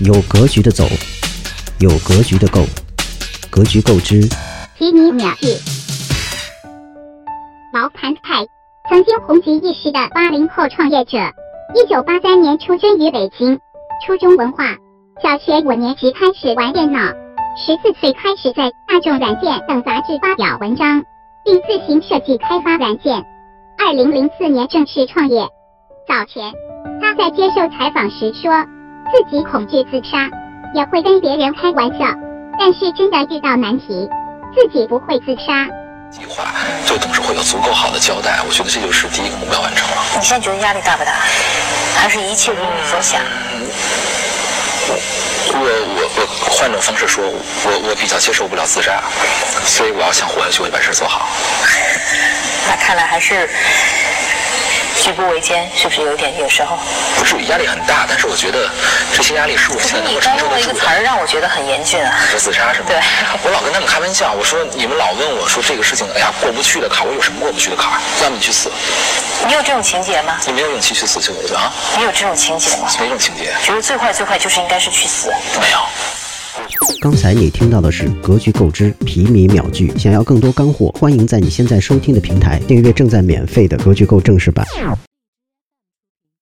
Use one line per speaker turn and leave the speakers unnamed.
有格局的走，有格局的购，格局购之。
奇米秒剧，毛盘菜，曾经红极一时的八零后创业者，一九八三年出生于北京，初中文化，小学五年级开始玩电脑，十四岁开始在大众软件等杂志发表文章，并自行设计开发软件。二零零四年正式创业。早前，他在接受采访时说，自己恐惧自杀，也会跟别人开玩笑，但是真的遇到难题，自己不会自杀。
计划，对董事会有足够好的交代。我觉得这就是第一个目标完成了。
你现在觉得压力大不大？还是一切如你所想？
我我我换种方式说，我我比较接受不了自杀，所以我要想活下去，我就把事儿做好。
那看来还是举步维艰，是不是有点有时候？
不是压力很大，但是我觉得这些压力是我
可
现
是
在能
你
够
刚
承受
用了
得
一个
住
词
的。
儿，让我觉得很严峻啊。
是自杀是吗？
对，
我老跟他们开玩笑，我说你们老问我说这个事情，哎呀过不去的坎儿，我有什么过不去的坎儿？要么你去死，
你有这种情节吗？
你没有勇气去死就啊，
你有这种情节吗？
没这种情节，
觉得最坏最坏就是应该是去死。
没有。
刚才你听到的是《格局购之皮米秒剧》，想要更多干货，欢迎在你现在收听的平台订阅正在免费的《格局购》正式版。